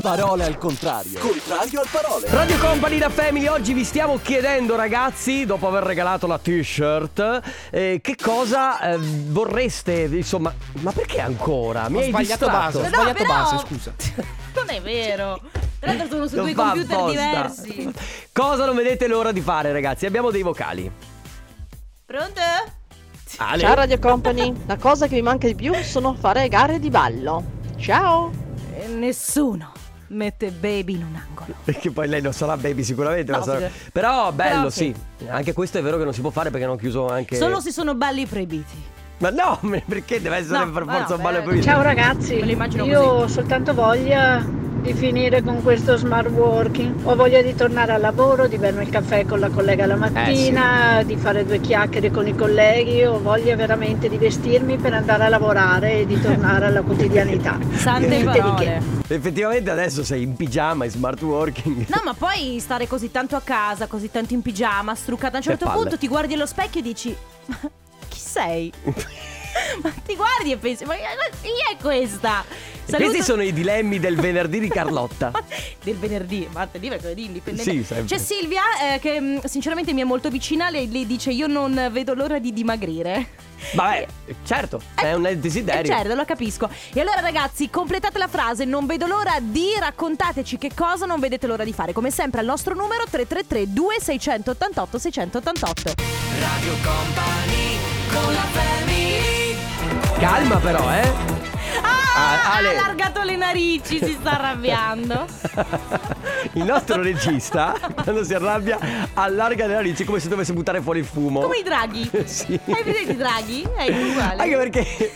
[SPEAKER 5] Parole al contrario. Contrario al parole.
[SPEAKER 1] Radio Company da Family, oggi vi stiamo chiedendo ragazzi, dopo aver regalato la t-shirt, eh, che cosa eh, vorreste, insomma, ma perché ancora? Mi hai distratto.
[SPEAKER 2] No, però- [laughs] Non è vero. Tra l'altro sono su
[SPEAKER 1] Non
[SPEAKER 2] due
[SPEAKER 1] fa
[SPEAKER 2] computer
[SPEAKER 1] apposta.
[SPEAKER 2] diversi.
[SPEAKER 1] Cosa non vedete l'ora di fare, ragazzi? Abbiamo dei vocali.
[SPEAKER 2] Pronto?
[SPEAKER 1] Ale.
[SPEAKER 8] Ciao Radio Company, la cosa che mi manca di più sono fare gare di ballo. Ciao!
[SPEAKER 2] E Eh, nessuno mette baby in un angolo.
[SPEAKER 1] Perché poi lei non sarà baby sicuramente,
[SPEAKER 2] No,
[SPEAKER 1] ma sarà-
[SPEAKER 2] sì.
[SPEAKER 1] però bello,
[SPEAKER 2] Però
[SPEAKER 1] sì.
[SPEAKER 2] sì.
[SPEAKER 1] Anche questo è vero che non si può fare perché hanno chiuso anche
[SPEAKER 2] Solo se sono balli proibiti.
[SPEAKER 1] Ma no, [laughs] perché deve essere
[SPEAKER 2] No,
[SPEAKER 1] per
[SPEAKER 2] ma
[SPEAKER 1] forza
[SPEAKER 2] no,
[SPEAKER 1] un ballo
[SPEAKER 2] beh.
[SPEAKER 1] proibito?
[SPEAKER 2] Ciao, ragazzi. Me lo immagino Io
[SPEAKER 8] ho soltanto voglia
[SPEAKER 12] di finire con questo smart working. Ho voglia di tornare al lavoro, di bermi il caffè con la collega
[SPEAKER 13] Eh,
[SPEAKER 12] la mattina, di fare due chiacchiere con i colleghi. Ho voglia veramente di vestirmi per andare a lavorare e di tornare alla quotidianità.
[SPEAKER 2] Sante
[SPEAKER 12] Niente di che.
[SPEAKER 2] parole.
[SPEAKER 1] Effettivamente adesso sei in pigiama, in smart working.
[SPEAKER 2] No, ma poi stare così tanto a casa, così tanto in pigiama, struccata, a un
[SPEAKER 1] Che
[SPEAKER 2] certo
[SPEAKER 1] palle.
[SPEAKER 2] punto ti guardi allo specchio e dici: Ma
[SPEAKER 1] [laughs]
[SPEAKER 2] chi sei? ma ti guardi e pensi: Ma chi è questa?
[SPEAKER 1] E Questi sono i dilemmi del venerdì di
[SPEAKER 2] [laughs]
[SPEAKER 1] Carlotta.
[SPEAKER 2] del venerdì, martedì, mercoledì, indipendente.
[SPEAKER 1] Sì, sempre.
[SPEAKER 2] C'è Silvia eh, che mh, sinceramente mi è molto vicina, lei, lei dice io non vedo l'ora di dimagrire.
[SPEAKER 1] Vabbè, certo, è un
[SPEAKER 2] Eh,
[SPEAKER 1] desiderio.
[SPEAKER 2] certo, lo capisco. E allora ragazzi, completate la frase, non vedo l'ora di raccontateci che cosa non vedete l'ora di fare. Come sempre al nostro numero 333 2688 688.
[SPEAKER 3] Radio Company con la family.
[SPEAKER 1] Calma però, eh.
[SPEAKER 2] Ah,
[SPEAKER 1] Ah,
[SPEAKER 2] ha
[SPEAKER 1] Ale.
[SPEAKER 2] allargato le narici,
[SPEAKER 1] [laughs]
[SPEAKER 2] si sta arrabbiando.
[SPEAKER 1] Il nostro regista, quando si arrabbia, allarga le narici come se dovesse buttare fuori il fumo.
[SPEAKER 2] Come i draghi.
[SPEAKER 1] [laughs] Sì.
[SPEAKER 2] Hai presente i draghi? Eh, È uguale.
[SPEAKER 1] Anche perché,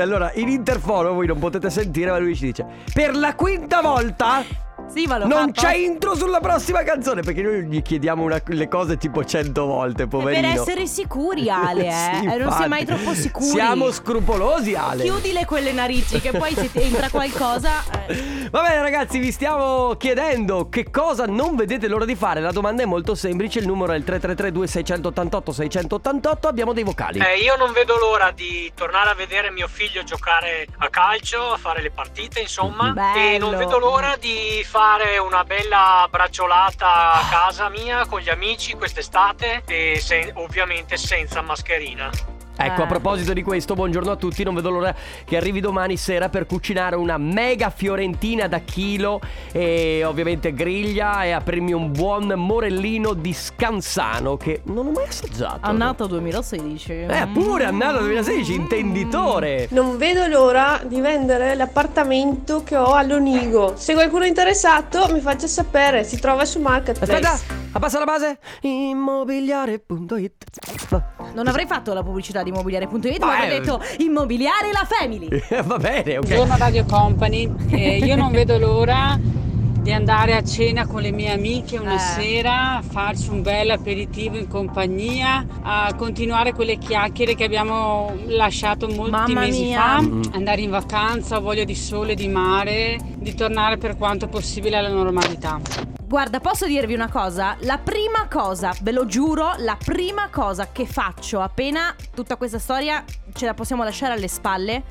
[SPEAKER 1] allora, in interfono voi non potete sentire, ma lui ci dice: Per la quinta volta.
[SPEAKER 2] Sì, ma lo
[SPEAKER 1] non
[SPEAKER 2] fa apposta.
[SPEAKER 1] c'è intro sulla prossima canzone perché noi gli chiediamo una- le cose tipo cento volte,
[SPEAKER 2] Per
[SPEAKER 1] poverino.
[SPEAKER 2] essere sicuri, Ale, eh.
[SPEAKER 1] [laughs] Sì,
[SPEAKER 2] Eh, non si è
[SPEAKER 1] infatti.
[SPEAKER 2] mai troppo sicuri.
[SPEAKER 1] Siamo scrupolosi, Ale.
[SPEAKER 2] Chiudile quelle narici, che poi se ti entra qualcosa. eh,
[SPEAKER 1] Va bene ragazzi, vi stiamo chiedendo che cosa non vedete l'ora di fare. La domanda è molto semplice, il numero è il 333-2688-688, abbiamo dei vocali.
[SPEAKER 13] Eh, io non vedo l'ora di tornare a vedere mio figlio giocare a calcio, a fare le partite, insomma. E non
[SPEAKER 14] Bello.
[SPEAKER 13] vedo l'ora [laughs] di fare una bella bracciolata a casa mia con gli amici quest'estate e se- ovviamente senza mascherina.
[SPEAKER 1] Ecco, a proposito di questo, buongiorno a tutti, non vedo l'ora che arrivi domani sera per cucinare una mega fiorentina da chilo e ovviamente griglia e aprirmi un buon morellino di scansano che non ho mai assaggiato.
[SPEAKER 2] Annato 2016.
[SPEAKER 1] Eh, pure Annato 2016,
[SPEAKER 2] Mm.
[SPEAKER 1] intenditore.
[SPEAKER 15] Non vedo l'ora di vendere l'appartamento che ho all'Onigo. Se qualcuno è interessato, mi faccia sapere. Si trova su Marketplace.
[SPEAKER 1] Aspetta, abbassa la base. Immobiliare.it.
[SPEAKER 2] Non avrei fatto la pubblicità di immobiliare.it, ma
[SPEAKER 1] Ma
[SPEAKER 2] avrei
[SPEAKER 1] è-
[SPEAKER 2] detto immobiliare la family.
[SPEAKER 1] [laughs] Va bene, ok.
[SPEAKER 16] Buongiorno Radio Company, Eh, io non vedo l'ora di andare a cena con le mie amiche una
[SPEAKER 2] Eh.
[SPEAKER 16] sera, farci un bel aperitivo in compagnia, a continuare quelle chiacchiere che abbiamo lasciato molti
[SPEAKER 2] Mamma
[SPEAKER 16] mesi
[SPEAKER 2] mia.
[SPEAKER 16] fa,
[SPEAKER 2] Mm.
[SPEAKER 16] andare in vacanza, ho voglia di sole, di mare, di tornare per quanto possibile alla normalità.
[SPEAKER 2] Guarda, posso dirvi una cosa? La prima cosa, ve lo giuro, la prima cosa che faccio appena tutta questa storia ce la possiamo lasciare alle spalle.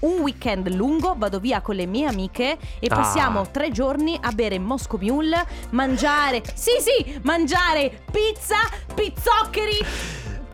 [SPEAKER 2] Un weekend lungo, vado via con le mie amiche e
[SPEAKER 17] Ah.
[SPEAKER 2] passiamo tre giorni a bere Mosco Mule, mangiare, sì sì, mangiare pizza, pizzoccheri,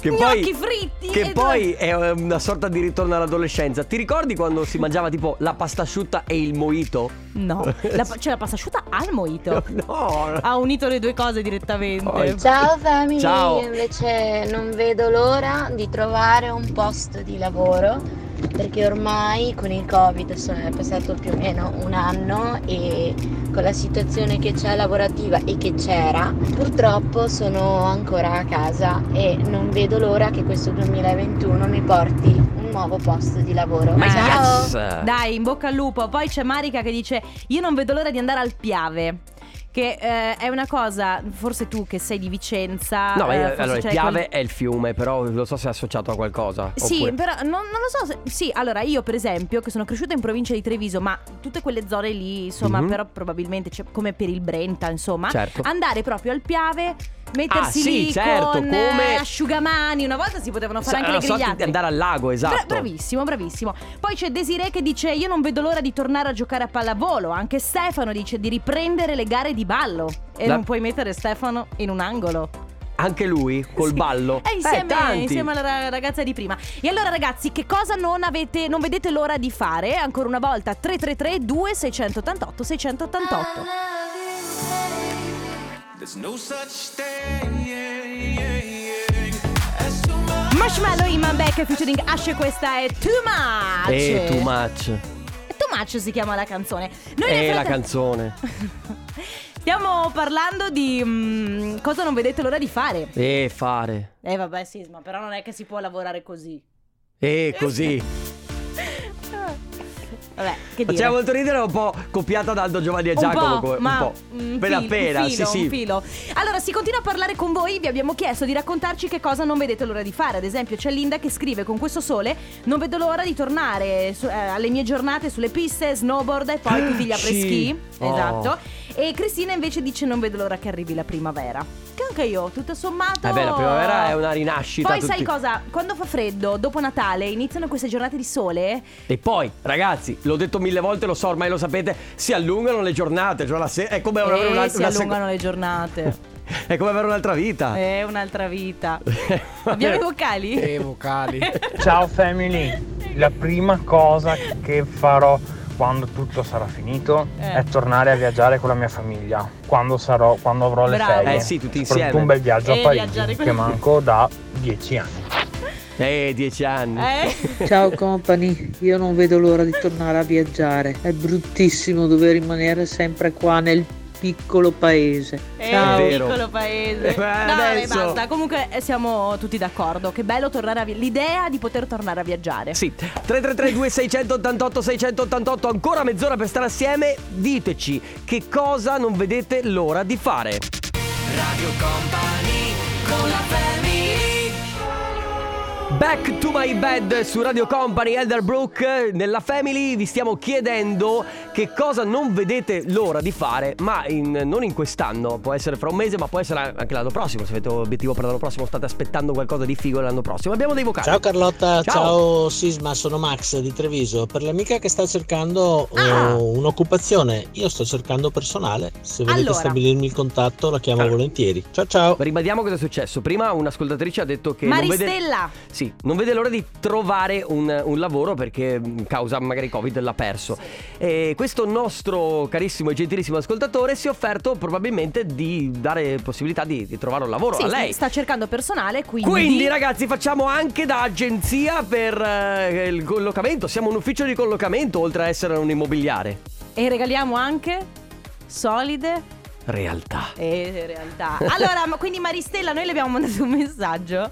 [SPEAKER 1] Che
[SPEAKER 2] Gnocchi fritti
[SPEAKER 1] Che
[SPEAKER 2] e
[SPEAKER 1] poi è um, una sorta di ritorno all'adolescenza. Ti ricordi quando si mangiava tipo la pasta asciutta e il moito?
[SPEAKER 2] No, la, c'è la pasta asciutta al mojito.
[SPEAKER 1] [laughs] No.
[SPEAKER 2] Ha unito le due cose direttamente.
[SPEAKER 1] Oh,
[SPEAKER 18] Ciao family,
[SPEAKER 2] Ciao.
[SPEAKER 18] io invece non vedo l'ora di trovare un posto di lavoro perché ormai con il covid sono- è passato più o meno un anno e con la situazione che c'è lavorativa e che c'era purtroppo sono ancora a casa e non vedo l'ora che questo 2021 mi porti un nuovo posto di lavoro. Ciao!
[SPEAKER 2] Dai, in bocca al lupo. Poi c'è Marica che dice: Io non vedo l'ora di andare al Piave. Che eh, è una cosa, forse tu che sei di Vicenza.
[SPEAKER 1] No, ma
[SPEAKER 2] eh,
[SPEAKER 1] io-
[SPEAKER 2] forse
[SPEAKER 1] allora il
[SPEAKER 2] c'è
[SPEAKER 1] Piave
[SPEAKER 2] quel-
[SPEAKER 1] è il fiume, però lo so se è associato a qualcosa.
[SPEAKER 2] Sì,
[SPEAKER 1] oppure-
[SPEAKER 2] però non, non lo so. se- sì, allora io per esempio, che sono cresciuta in provincia di Treviso, ma tutte quelle zone lì, insomma,
[SPEAKER 1] Mhm.
[SPEAKER 2] però probabilmente c'è- come per il Brenta, insomma,
[SPEAKER 1] Certo.
[SPEAKER 2] andare proprio al Piave, mettersi
[SPEAKER 1] sì,
[SPEAKER 2] lì
[SPEAKER 1] certo,
[SPEAKER 2] con eh,
[SPEAKER 1] come-
[SPEAKER 2] asciugamani. Una volta si potevano fare
[SPEAKER 1] Sa-
[SPEAKER 2] anche
[SPEAKER 1] una
[SPEAKER 2] le
[SPEAKER 1] sorta
[SPEAKER 2] grigliate.
[SPEAKER 1] di andare al lago, esatto.
[SPEAKER 2] Bra- bravissimo, bravissimo. Poi c'è Desiree che dice: Io non vedo l'ora di tornare a giocare a pallavolo. Anche Stefano dice di riprendere le gare di ballo. E
[SPEAKER 1] La-
[SPEAKER 2] non puoi mettere Stefano in un angolo.
[SPEAKER 1] Anche lui col ballo.
[SPEAKER 2] È
[SPEAKER 1] Eh,
[SPEAKER 2] insieme,
[SPEAKER 1] tanti.
[SPEAKER 2] insieme alla ra- ragazza di prima. E allora, ragazzi, che cosa non avete, non vedete l'ora di fare? Ancora una volta: 333 2688 688
[SPEAKER 3] There's no such thing. yeah, yeah, yeah. As so much-
[SPEAKER 2] Marshmallow Iman Beck featuring Ash, questa è Too Much.
[SPEAKER 1] Eh, too much.
[SPEAKER 2] Too Much si chiama la canzone. Noi nel
[SPEAKER 1] Eh, la
[SPEAKER 2] frattem-
[SPEAKER 1] canzone.
[SPEAKER 2] [laughs] Stiamo parlando di mm, cosa non vedete l'ora di fare.
[SPEAKER 1] Eh, fare.
[SPEAKER 2] Eh vabbè Sisma, però Eh, non è che si può lavorare così.
[SPEAKER 1] Eh, così.
[SPEAKER 2] Vabbè, che dire.
[SPEAKER 1] Faceva molto ridere, un po' copiata da Aldo Giovanni e
[SPEAKER 2] un
[SPEAKER 1] Giacomo.
[SPEAKER 2] po',
[SPEAKER 1] come- un
[SPEAKER 2] ma
[SPEAKER 1] po'.
[SPEAKER 2] un
[SPEAKER 1] Appena
[SPEAKER 2] fil-
[SPEAKER 1] appena,
[SPEAKER 2] un filo,
[SPEAKER 1] sì, sì.
[SPEAKER 2] un filo. Allora, si continua a parlare con voi. Vi abbiamo chiesto di raccontarci che cosa non vedete l'ora di fare. Ad esempio, c'è Linda che scrive: Con questo sole non vedo l'ora di tornare su- eh, alle mie giornate sulle piste, snowboard e
[SPEAKER 1] [gasps]
[SPEAKER 2] poi tutti
[SPEAKER 1] Sì.
[SPEAKER 2] gli apreschi.
[SPEAKER 1] Oh.
[SPEAKER 2] Esatto. E Cristina invece dice: Non vedo l'ora che arrivi la primavera. Che anche io, tutto sommato.
[SPEAKER 1] Eh beh, la primavera è una rinascita.
[SPEAKER 2] Poi
[SPEAKER 1] tutti-
[SPEAKER 2] sai cosa? Quando fa freddo, dopo Natale, iniziano queste giornate di sole.
[SPEAKER 1] E poi, ragazzi, l'ho detto mille volte, lo so, ormai lo sapete, si allungano le giornate. Cioè la se- è, come avere
[SPEAKER 2] e
[SPEAKER 1] una-
[SPEAKER 2] Eh,
[SPEAKER 1] Ah.
[SPEAKER 2] si
[SPEAKER 1] una
[SPEAKER 2] allungano le giornate.
[SPEAKER 1] [laughs] seco- è come avere un'altra vita.
[SPEAKER 2] È un'altra vita. Abbiamo i vocali?
[SPEAKER 14] vocali. Ciao family. La prima cosa che farò quando tutto sarà finito
[SPEAKER 2] Eh.
[SPEAKER 14] è tornare a viaggiare con la mia famiglia. Quando sarò, quando avrò le
[SPEAKER 1] Bravo.
[SPEAKER 14] ferie.
[SPEAKER 1] Eh sì, tutti
[SPEAKER 14] Soprattutto
[SPEAKER 1] insieme.
[SPEAKER 14] un bel viaggio
[SPEAKER 1] E
[SPEAKER 14] a
[SPEAKER 1] viaggiare
[SPEAKER 14] Parigi
[SPEAKER 1] con-
[SPEAKER 14] che manco da dieci anni.
[SPEAKER 1] [laughs] Eh, dieci anni.
[SPEAKER 17] Ciao company, io non vedo l'ora di tornare a viaggiare. È bruttissimo dover rimanere sempre qua nel piccolo paese.
[SPEAKER 2] È
[SPEAKER 17] Ciao.
[SPEAKER 2] un piccolo paese.
[SPEAKER 17] Eh, beh,
[SPEAKER 2] no, vabbè,
[SPEAKER 17] adesso-
[SPEAKER 2] basta. Comunque eh, siamo tutti d'accordo. Che bello tornare a vi- l'idea di poter tornare a viaggiare.
[SPEAKER 19] Eh,
[SPEAKER 1] Sì. 3332 688 688 ancora mezz'ora per stare assieme. Diteci che cosa non vedete l'ora di fare.
[SPEAKER 3] Radio Company con la family
[SPEAKER 1] Back to my bed su Radio Company Elderbrook nella Family vi stiamo chiedendo che cosa non vedete l'ora di fare, ma in- non in quest'anno, può essere fra un mese, ma può essere anche l'anno prossimo, se avete un obiettivo per l'anno prossimo state aspettando qualcosa di figo l'anno prossimo. Abbiamo dei vocali.
[SPEAKER 19] Ciao Carlotta,
[SPEAKER 1] Ciao.
[SPEAKER 19] ciao. Sisma, sono Max di Treviso. Per l'amica che sta cercando eh,
[SPEAKER 2] Ah!
[SPEAKER 19] un'occupazione, io sto cercando personale. Se volete
[SPEAKER 1] Allora.
[SPEAKER 19] stabilirmi il contatto, la chiamo volentieri. Ciao ciao.
[SPEAKER 1] Ribadiamo cosa è successo. Prima un'ascoltatrice ha detto che non
[SPEAKER 2] Maristella.
[SPEAKER 1] vede Sì, non vede l'ora di trovare un, un lavoro perché mh, causa magari Covid l'ha perso. E questo nostro carissimo e gentilissimo ascoltatore si è offerto probabilmente di dare possibilità di, di trovare un lavoro
[SPEAKER 2] Sì,
[SPEAKER 1] a lei.
[SPEAKER 2] sta cercando personale, quindi.
[SPEAKER 1] Quindi ragazzi facciamo anche da agenzia per eh, il collocamento, siamo un ufficio di collocamento oltre a essere un immobiliare.
[SPEAKER 2] E regaliamo anche solide
[SPEAKER 1] Realtà.
[SPEAKER 2] E in realtà. Allora, ma quindi Maristella, noi le abbiamo mandato un messaggio.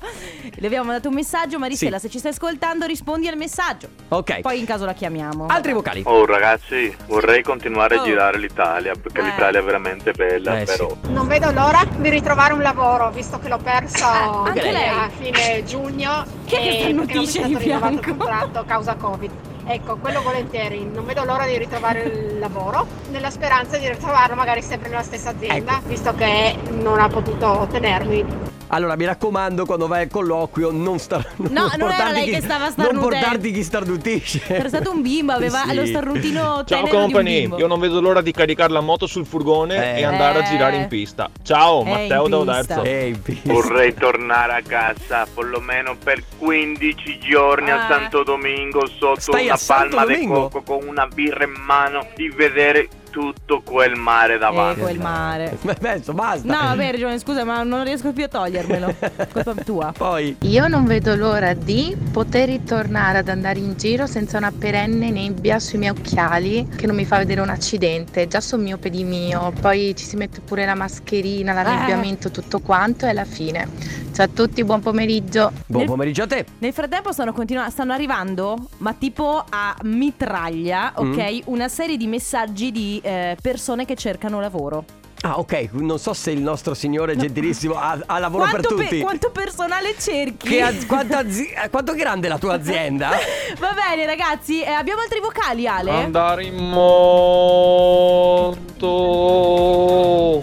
[SPEAKER 2] Le abbiamo mandato un messaggio, Maristella, se ci stai ascoltando rispondi al messaggio.
[SPEAKER 1] Ok.
[SPEAKER 2] Poi in caso la chiamiamo.
[SPEAKER 1] Altri vocali.
[SPEAKER 20] Oh ragazzi, vorrei continuare
[SPEAKER 2] Oh.
[SPEAKER 20] a girare l'Italia perché
[SPEAKER 21] Eh.
[SPEAKER 20] l'Italia è veramente bella,
[SPEAKER 1] Eh,
[SPEAKER 20] però
[SPEAKER 21] Non vedo l'ora di ritrovare un lavoro, visto che l'ho perso
[SPEAKER 20] anche lei?
[SPEAKER 21] a fine giugno
[SPEAKER 2] Chi è Ah, che
[SPEAKER 21] e
[SPEAKER 2] stanno
[SPEAKER 21] perché non mi è
[SPEAKER 2] dice
[SPEAKER 21] stato
[SPEAKER 2] di
[SPEAKER 21] rinnovato il contratto causa Covid. Ecco, quello volentieri, non vedo l'ora di ritrovare il lavoro, nella speranza di ritrovarlo magari sempre nella stessa
[SPEAKER 1] Ecco.
[SPEAKER 21] azienda, visto che non ha potuto tenermi.
[SPEAKER 1] Allora mi raccomando quando vai al colloquio non star...
[SPEAKER 21] non era
[SPEAKER 1] portarti
[SPEAKER 21] lei
[SPEAKER 1] chi-
[SPEAKER 21] che stava
[SPEAKER 1] Non
[SPEAKER 2] starnutendo.
[SPEAKER 1] portarti chi starnutisce.
[SPEAKER 2] Era stato un bimbo, aveva
[SPEAKER 1] [laughs] Sì.
[SPEAKER 2] lo starnutino
[SPEAKER 22] Ciao
[SPEAKER 2] tenero di un
[SPEAKER 22] company,
[SPEAKER 2] bimbo.
[SPEAKER 22] io non vedo l'ora di caricare la moto sul furgone
[SPEAKER 1] Eh.
[SPEAKER 22] e andare
[SPEAKER 2] Eh.
[SPEAKER 22] a girare in pista. Ciao,
[SPEAKER 2] Eh,
[SPEAKER 22] Matteo
[SPEAKER 2] in
[SPEAKER 22] da
[SPEAKER 2] pista.
[SPEAKER 22] Oderzo.
[SPEAKER 1] Eh,
[SPEAKER 20] vorrei tornare a casa perlomeno per 15 giorni a
[SPEAKER 2] Ah.
[SPEAKER 20] Santo Domingo sotto
[SPEAKER 1] Stai a
[SPEAKER 20] una
[SPEAKER 1] Santo
[SPEAKER 20] palma di
[SPEAKER 1] Domingo?
[SPEAKER 20] cocco con una birra in mano di vedere tutto quel mare davanti.
[SPEAKER 2] Eh, quel mare.
[SPEAKER 1] Ma penso, basta.
[SPEAKER 2] No, vabbè, Regione, scusa, ma non riesco più a togliermelo.
[SPEAKER 1] [laughs]
[SPEAKER 2] Colpa tua.
[SPEAKER 1] Poi.
[SPEAKER 9] Io non vedo l'ora di poter ritornare ad andare in giro senza una perenne nebbia sui miei occhiali che non mi fa vedere un accidente. Già sono miope di mio, poi ci si mette pure la mascherina,
[SPEAKER 2] Eh.
[SPEAKER 9] l'annebbiamento, tutto quanto e alla fine. Ciao a tutti, buon pomeriggio.
[SPEAKER 1] Buon pomeriggio a te.
[SPEAKER 2] Nel frattempo stanno, continua- stanno arrivando, ma tipo a mitraglia,
[SPEAKER 1] Mm.
[SPEAKER 2] ok? Una serie di messaggi di eh, persone che cercano lavoro.
[SPEAKER 1] Ah, ok, non so se il nostro signore gentilissimo ha, ha lavoro
[SPEAKER 2] Quanto,
[SPEAKER 1] per
[SPEAKER 2] pe-
[SPEAKER 1] tutti.
[SPEAKER 2] quanto personale cerchi?
[SPEAKER 1] Che az- quanta azi- eh, quanto grande è la tua azienda?
[SPEAKER 2] [laughs] Va bene, ragazzi, eh, abbiamo altri vocali, Ale? [laughs]
[SPEAKER 22] Andare in moto.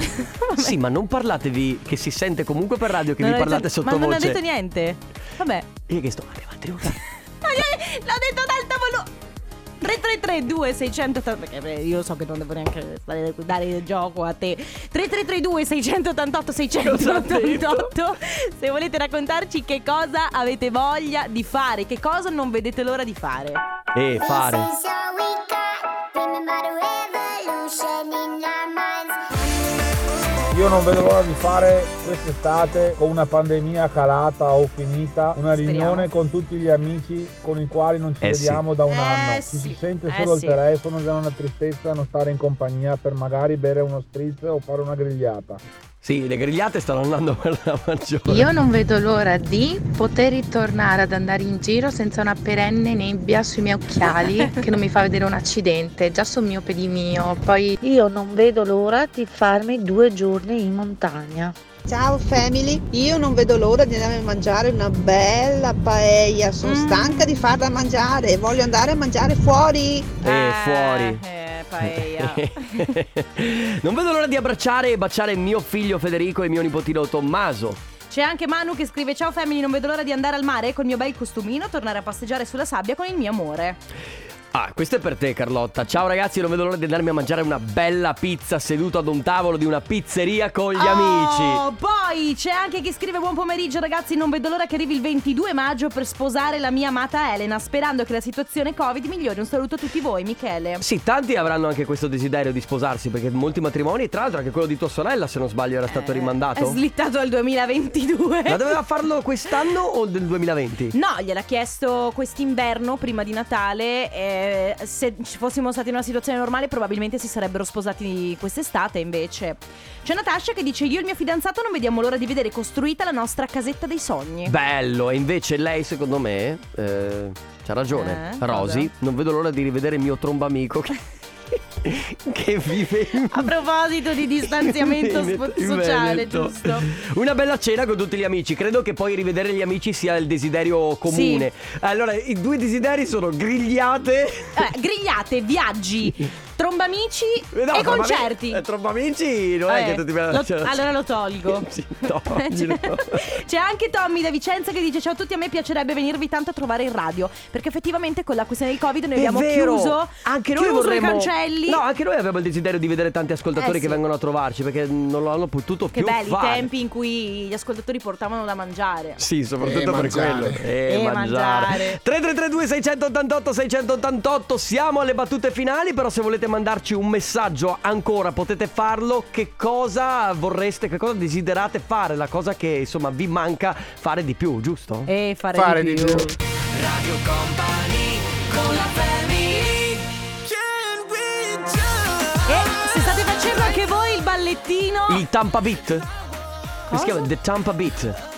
[SPEAKER 1] sì, ma non parlatevi che si sente comunque per radio che
[SPEAKER 2] Non
[SPEAKER 1] vi
[SPEAKER 2] ha
[SPEAKER 1] parlate
[SPEAKER 2] detto-
[SPEAKER 1] sottovoce.
[SPEAKER 2] Ma non ha detto niente. Vabbè.
[SPEAKER 1] Io che sto avanti, avanti, avanti.
[SPEAKER 2] Ma io- L'ho detto ad alta volo 3332 688 Perché beh, io so che non devo neanche stare- dare il gioco a te 3332 688 688 Se volete raccontarci che cosa avete voglia di fare Che cosa non vedete l'ora di fare
[SPEAKER 1] E Eh, fare.
[SPEAKER 23] Io non vedo l'ora di fare quest'estate con una pandemia calata o finita una riunione con tutti gli amici con i quali non ci
[SPEAKER 24] Eh sì.
[SPEAKER 23] vediamo da un
[SPEAKER 24] Eh
[SPEAKER 23] anno. Ci
[SPEAKER 24] sì.
[SPEAKER 23] si sente
[SPEAKER 24] Eh
[SPEAKER 23] solo
[SPEAKER 24] sì.
[SPEAKER 23] il telefono, già una tristezza non stare in compagnia per magari bere uno spritz o fare una grigliata.
[SPEAKER 1] Sì, le grigliate stanno andando per la maggiore.
[SPEAKER 9] Io non vedo l'ora di poter ritornare ad andare in giro senza una perenne nebbia sui miei
[SPEAKER 17] [laughs]
[SPEAKER 9] occhiali che non mi fa vedere un accidente, già sono miope di mio, poi
[SPEAKER 4] Io non vedo l'ora di farmi due giorni in montagna.
[SPEAKER 7] Ciao family, io non vedo l'ora di andare a mangiare una bella paella, sono stanca di farla mangiare, voglio andare a mangiare fuori.
[SPEAKER 1] E Eh, fuori.
[SPEAKER 2] Eh,
[SPEAKER 1] [laughs]
[SPEAKER 2] paella.
[SPEAKER 1] non vedo l'ora di abbracciare e baciare mio figlio Federico e mio nipotino Tommaso.
[SPEAKER 2] C'è anche Manu che scrive Ciao family, non vedo l'ora di andare al mare col mio bel costumino, tornare a passeggiare sulla sabbia con il mio amore.
[SPEAKER 1] Ah, questo è per te Carlotta. Ciao ragazzi, non vedo l'ora di andarmi a mangiare una bella pizza seduto ad un tavolo di una pizzeria con gli amici.
[SPEAKER 2] Oh, poi c'è anche chi scrive buon pomeriggio ragazzi, non vedo l'ora che arrivi il 22 maggio per sposare la mia amata Elena, sperando che la situazione Covid migliori. Un saluto a tutti voi, Michele.
[SPEAKER 1] Sì, tanti avranno anche questo desiderio di sposarsi perché molti matrimoni, tra l'altro anche quello di tua sorella, se non sbaglio, era stato
[SPEAKER 2] È
[SPEAKER 1] rimandato.
[SPEAKER 2] slittato al 2022.
[SPEAKER 1] Ma doveva farlo quest'anno o del 2020?
[SPEAKER 2] No, gliel'ha chiesto quest'inverno, prima di Natale. eh, se ci fossimo stati in una situazione normale, probabilmente si sarebbero sposati quest'estate. Invece, c'è Natasha che dice: Io e il mio fidanzato non vediamo l'ora di vedere costruita la nostra casetta dei sogni.
[SPEAKER 1] Bello, e invece lei secondo me eh, c'ha ragione.
[SPEAKER 2] Eh,
[SPEAKER 1] Rosy,
[SPEAKER 2] vabbè.
[SPEAKER 1] non vedo l'ora di rivedere il mio trombamico
[SPEAKER 2] [laughs]
[SPEAKER 1] che, che vive in...
[SPEAKER 2] A proposito di
[SPEAKER 1] [laughs]
[SPEAKER 2] distanziamento
[SPEAKER 1] in
[SPEAKER 2] spo-
[SPEAKER 1] Veneto- in
[SPEAKER 2] sociale,
[SPEAKER 1] Veneto.
[SPEAKER 2] giusto?
[SPEAKER 1] [laughs] Una bella cena con tutti gli amici. Credo che poi rivedere gli amici sia il desiderio comune. Allora, i due desideri sono grigliate
[SPEAKER 2] Eh, grigliate, viaggi, trombamici
[SPEAKER 1] Eh, no,
[SPEAKER 2] e
[SPEAKER 1] trombami-
[SPEAKER 2] concerti.
[SPEAKER 1] eh, trombamici non è
[SPEAKER 2] Eh,
[SPEAKER 1] che tutti
[SPEAKER 2] lo- allora lo tolgo.
[SPEAKER 1] [laughs]
[SPEAKER 2] Cioè,
[SPEAKER 1] Sì,
[SPEAKER 2] [laughs]
[SPEAKER 1] toglilo.
[SPEAKER 2] C'è anche Tommy da Vicenza che dice: Ciao a tutti, a me piacerebbe venirvi tanto a trovare in radio. Perché effettivamente con la questione del Covid noi
[SPEAKER 1] È
[SPEAKER 2] abbiamo
[SPEAKER 1] vero.
[SPEAKER 2] chiuso,
[SPEAKER 1] anche noi
[SPEAKER 2] chiuso
[SPEAKER 1] vorremmo...
[SPEAKER 2] i cancelli.
[SPEAKER 1] No, anche noi avevamo il desiderio di vedere tanti ascoltatori
[SPEAKER 2] Eh,
[SPEAKER 1] che
[SPEAKER 2] sì.
[SPEAKER 1] vengono a trovarci perché non lo hanno potuto
[SPEAKER 2] che
[SPEAKER 1] più
[SPEAKER 2] belli i
[SPEAKER 1] fare.
[SPEAKER 2] tempi in cui gli ascoltatori portavano da mangiare.
[SPEAKER 1] Sì,
[SPEAKER 5] E
[SPEAKER 1] soprattutto per
[SPEAKER 5] mangiare.
[SPEAKER 1] quello. E,
[SPEAKER 2] E
[SPEAKER 1] Eh, mangiare.
[SPEAKER 2] Eh, mangiare.
[SPEAKER 1] 3332 688 688 siamo alle battute finali, però se volete mandarci un messaggio ancora potete farlo. Che cosa vorreste, che cosa desiderate fare, la cosa che insomma vi manca fare di più, giusto?
[SPEAKER 2] E fare,
[SPEAKER 1] Fare
[SPEAKER 2] di,
[SPEAKER 1] di più.
[SPEAKER 2] più.
[SPEAKER 3] Radio Company con la family.
[SPEAKER 2] E se state facendo anche voi il ballettino,
[SPEAKER 1] Il Tampa Beat. Che Si chiama The Tampa Beat.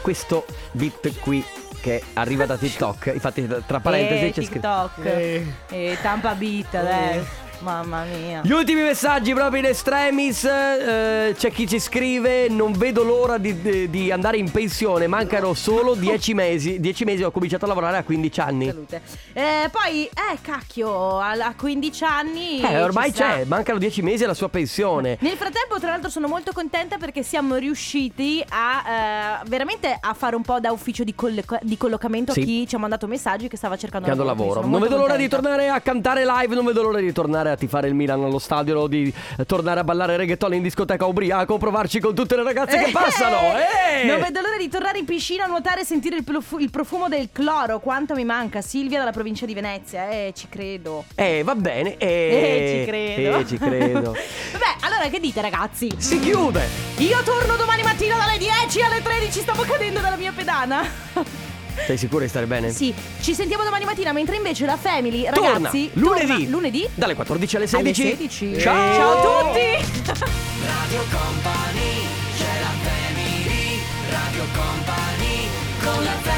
[SPEAKER 1] Questo beat qui che arriva da TikTok, infatti tra parentesi
[SPEAKER 2] eh,
[SPEAKER 1] c'è scritto Eh.
[SPEAKER 2] TikTok, e Tampa Beat, adesso. Mamma mia.
[SPEAKER 1] Gli ultimi messaggi proprio in estremis. eh, c'è chi ci scrive: Non vedo l'ora di, di- di andare in pensione. Mancano solo 10 mesi. 10 mesi ho cominciato a lavorare a 15 anni.
[SPEAKER 2] Salute. Eh, poi, eh, cacchio, a a 15 anni.
[SPEAKER 1] Eh, ormai
[SPEAKER 2] ci sta.
[SPEAKER 1] c'è, mancano 10 mesi alla sua pensione.
[SPEAKER 2] Nel frattempo, tra l'altro, sono molto contenta perché siamo riusciti a eh, veramente a fare un po' da ufficio di, collo- di collocamento a
[SPEAKER 1] Sì.
[SPEAKER 2] chi ci ha mandato messaggi che stava cercando
[SPEAKER 1] Che hanno lavoro.
[SPEAKER 2] Quindi
[SPEAKER 1] Non
[SPEAKER 2] sono
[SPEAKER 1] vedo
[SPEAKER 2] molto
[SPEAKER 1] l'ora di
[SPEAKER 2] contenta.
[SPEAKER 1] tornare a cantare live, non vedo l'ora di tornare a tifare il Milan allo stadio, di eh, tornare a ballare reggaeton in discoteca ubriaco, provarci con tutte le ragazze che passano. Eh!
[SPEAKER 2] Eh, Non vedo l'ora di tornare in piscina a nuotare e sentire il, profu- il profumo del cloro. Quanto mi manca, Silvia, dalla provincia di Venezia. Eh, ci credo.
[SPEAKER 1] Eh, va bene. Eh,
[SPEAKER 2] Eh, ci credo.
[SPEAKER 1] Eh, ci credo.
[SPEAKER 2] [laughs] Vabbè, allora che dite, ragazzi?
[SPEAKER 1] si chiude.
[SPEAKER 2] Io torno domani mattina dalle 10 alle 13. Stavo cadendo dalla mia pedana.
[SPEAKER 1] Sei sicuro di stare bene?
[SPEAKER 2] Sì, ci sentiamo domani mattina. Mentre invece la family,
[SPEAKER 1] Torna
[SPEAKER 2] ragazzi,
[SPEAKER 1] lunedì.
[SPEAKER 2] torna lunedì
[SPEAKER 1] Dalle 14 alle
[SPEAKER 2] alle
[SPEAKER 1] 16.
[SPEAKER 2] 16.
[SPEAKER 1] Ciao.
[SPEAKER 2] Ciao a tutti.
[SPEAKER 3] Radio Company, c'è la family. Radio Company con la family.